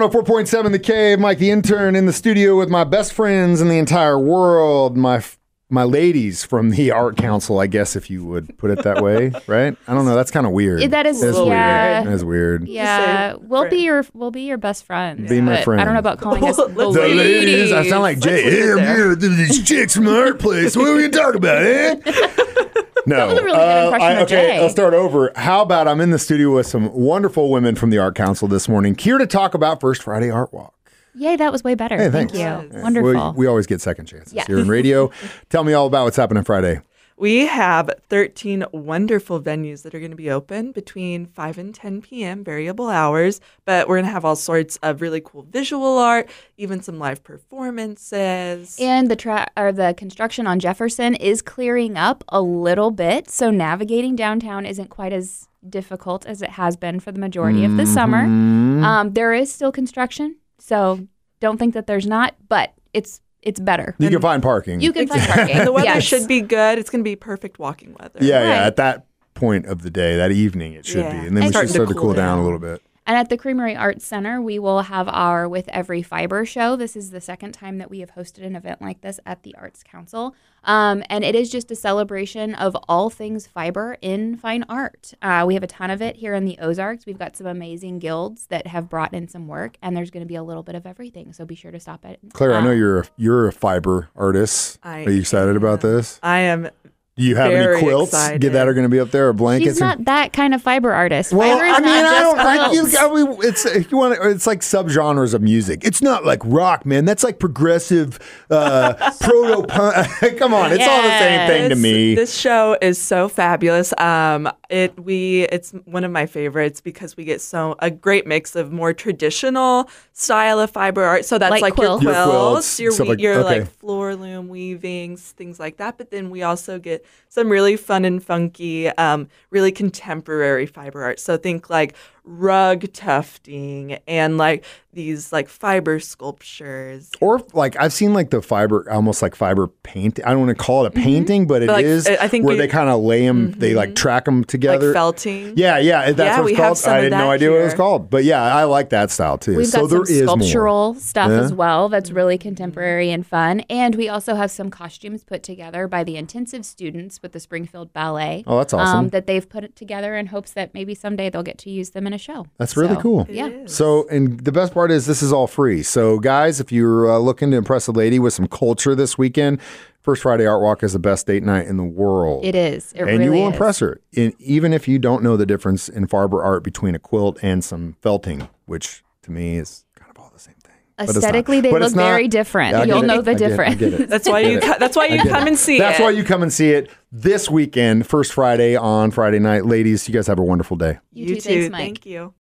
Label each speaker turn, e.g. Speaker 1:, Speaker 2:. Speaker 1: 104.7 The Cave, Mike the intern in the studio with my best friends in the entire world, my f- my ladies from the art council, I guess if you would put it that way, right? I don't know, that's kind of weird.
Speaker 2: It- that is-
Speaker 1: That's
Speaker 2: yeah.
Speaker 1: weird. That is weird.
Speaker 2: Yeah,
Speaker 3: say
Speaker 2: we'll be
Speaker 3: friend.
Speaker 2: your we'll be your best friend.
Speaker 1: Be my
Speaker 2: but I
Speaker 1: friend.
Speaker 2: don't know about calling us the
Speaker 3: The
Speaker 1: The
Speaker 2: ladies.
Speaker 3: ladies.
Speaker 1: ladies. I sound like
Speaker 3: Let's
Speaker 1: Jay.
Speaker 3: leave it
Speaker 1: Yeah,
Speaker 3: there.
Speaker 1: yeah, these chicks from the art place. What are we talking about, eh? No. Uh,
Speaker 2: was a really good impression
Speaker 1: I-
Speaker 2: of
Speaker 1: okay,
Speaker 2: Jay.
Speaker 1: let's start over. How about I'm in the studio with some wonderful women from the Art Council this morning, here to talk about First Friday Art Walk.
Speaker 2: Yay, that was way better.
Speaker 1: Hey, thanks.
Speaker 2: Thank you.
Speaker 1: Yeah,
Speaker 2: Wonderful.
Speaker 1: We, we always get second chances
Speaker 2: Yeah.
Speaker 1: here in radio. Tell me all about what's happening Friday.
Speaker 3: We have 13 wonderful venues that are going to be open between 5 and 10 p.m., variable hours, but we're going to have all sorts of really cool visual art, even some live performances.
Speaker 2: And the tra- or the construction on Jefferson is clearing up a little bit, so navigating downtown isn't quite as difficult as it has been for the majority of
Speaker 1: Mm-hmm.
Speaker 2: the summer. Um, there is still construction, so don't think that there's not, but it's it's better.
Speaker 1: You can find parking.
Speaker 2: You can find parking.
Speaker 3: And the weather
Speaker 2: Yes.
Speaker 3: should be good. It's going to be perfect walking weather.
Speaker 1: yeah,
Speaker 2: Right.
Speaker 1: yeah. At that point of the day, that evening, it should
Speaker 3: Yeah.
Speaker 1: be, and then we
Speaker 2: It's
Speaker 1: should
Speaker 2: starting
Speaker 1: start to cool down. a little bit.
Speaker 2: And at the Creamery Arts Center, we will have our With Every Fiber show. This is the second time that we have hosted an event like this at the Arts Council. Um, and it is just a celebration of all things fiber in fine art. Uh, we have a ton of it here in the Ozarks. We've got some amazing guilds that have brought in some work, and there's going to be a little bit of everything. So be sure to stop it.
Speaker 1: Claire, I
Speaker 2: Uh,
Speaker 1: know you're a, you're a fiber artist.
Speaker 3: I
Speaker 1: are you excited about
Speaker 3: am.
Speaker 1: this?
Speaker 3: I am
Speaker 1: Do you have any
Speaker 3: Very
Speaker 1: quilts
Speaker 3: excited.
Speaker 1: get that are going to be up there or blankets?
Speaker 2: She's not that kind of fiber artist.
Speaker 1: well,
Speaker 2: fiber is
Speaker 1: I mean,
Speaker 2: not
Speaker 1: I
Speaker 2: just
Speaker 1: don't like
Speaker 2: quilts.
Speaker 1: you. I mean, it's if you want, to, it's like subgenres of music. It's not like rock, man. That's like progressive, uh, proto punk. Come on, it's all the same thing to
Speaker 3: This-
Speaker 1: me.
Speaker 3: This show is so fabulous. Um, it we it's one of my favorites because we get so a great mix of more traditional style of fiber art. So that's
Speaker 2: Like
Speaker 3: like,
Speaker 2: quilts.
Speaker 3: your
Speaker 1: Your
Speaker 3: quilts,
Speaker 1: quilts,
Speaker 3: your,
Speaker 1: stuff
Speaker 3: we-
Speaker 1: like-
Speaker 3: your
Speaker 1: okay.
Speaker 3: like floor loom weavings, things like that. But then we also get some really fun and funky, um, really contemporary fiber art. So think like rug tufting and like these like fiber sculptures.
Speaker 1: Or like I've seen like the fiber, almost like fiber paint. I don't want to call it a painting, but it
Speaker 3: Mm-hmm. But, like,
Speaker 1: is.
Speaker 3: I- I think
Speaker 1: where
Speaker 3: you-
Speaker 1: they kind of lay them, they like track them together.
Speaker 3: Like felting.
Speaker 1: yeah, yeah, that's
Speaker 3: Yeah,
Speaker 1: what
Speaker 3: we
Speaker 1: it's
Speaker 3: have
Speaker 1: called.
Speaker 3: some
Speaker 1: I
Speaker 3: of
Speaker 1: had no
Speaker 3: that
Speaker 1: idea what it was
Speaker 3: here.
Speaker 1: called, but yeah, I like that style too.
Speaker 2: We've
Speaker 1: so
Speaker 2: got
Speaker 1: there
Speaker 2: some
Speaker 1: is more. Uh-huh.
Speaker 2: sculptural stuff
Speaker 1: Yeah.
Speaker 2: as well that's really contemporary and fun. And we also have some costumes put together by the intensive students with the Springfield Ballet. um,
Speaker 1: Oh, that's awesome.
Speaker 2: that they've put it together in hopes that maybe someday they'll get to use them in a show.
Speaker 1: That's really
Speaker 2: So,
Speaker 1: cool.
Speaker 2: Yeah.
Speaker 1: So, and the best part is this is all free. So, guys, if you're uh, looking to impress a lady with some culture this weekend, First Friday Art Walk is the best date night in the world.
Speaker 2: It is. It
Speaker 1: and
Speaker 2: really
Speaker 1: you will
Speaker 2: is.
Speaker 1: impress her, in, even if you don't know the difference in fiber art between a quilt and some felting, which to me is kind of all the same thing. But it's not.
Speaker 2: Aesthetically, they
Speaker 1: But it's
Speaker 2: look very
Speaker 1: not-
Speaker 2: different.
Speaker 1: I get
Speaker 2: You'll
Speaker 1: it.
Speaker 2: know the
Speaker 1: I get it. I
Speaker 2: difference.
Speaker 1: get it.
Speaker 3: That's why
Speaker 1: I
Speaker 3: you.
Speaker 1: get it.
Speaker 3: Co- that's why you
Speaker 1: I get
Speaker 3: come
Speaker 1: it.
Speaker 3: and see
Speaker 1: That's
Speaker 3: it.
Speaker 1: why you come and see it this weekend, first Friday on Friday night. Ladies, you guys have a wonderful day.
Speaker 2: You too. Thanks, Mike.
Speaker 3: Thank you.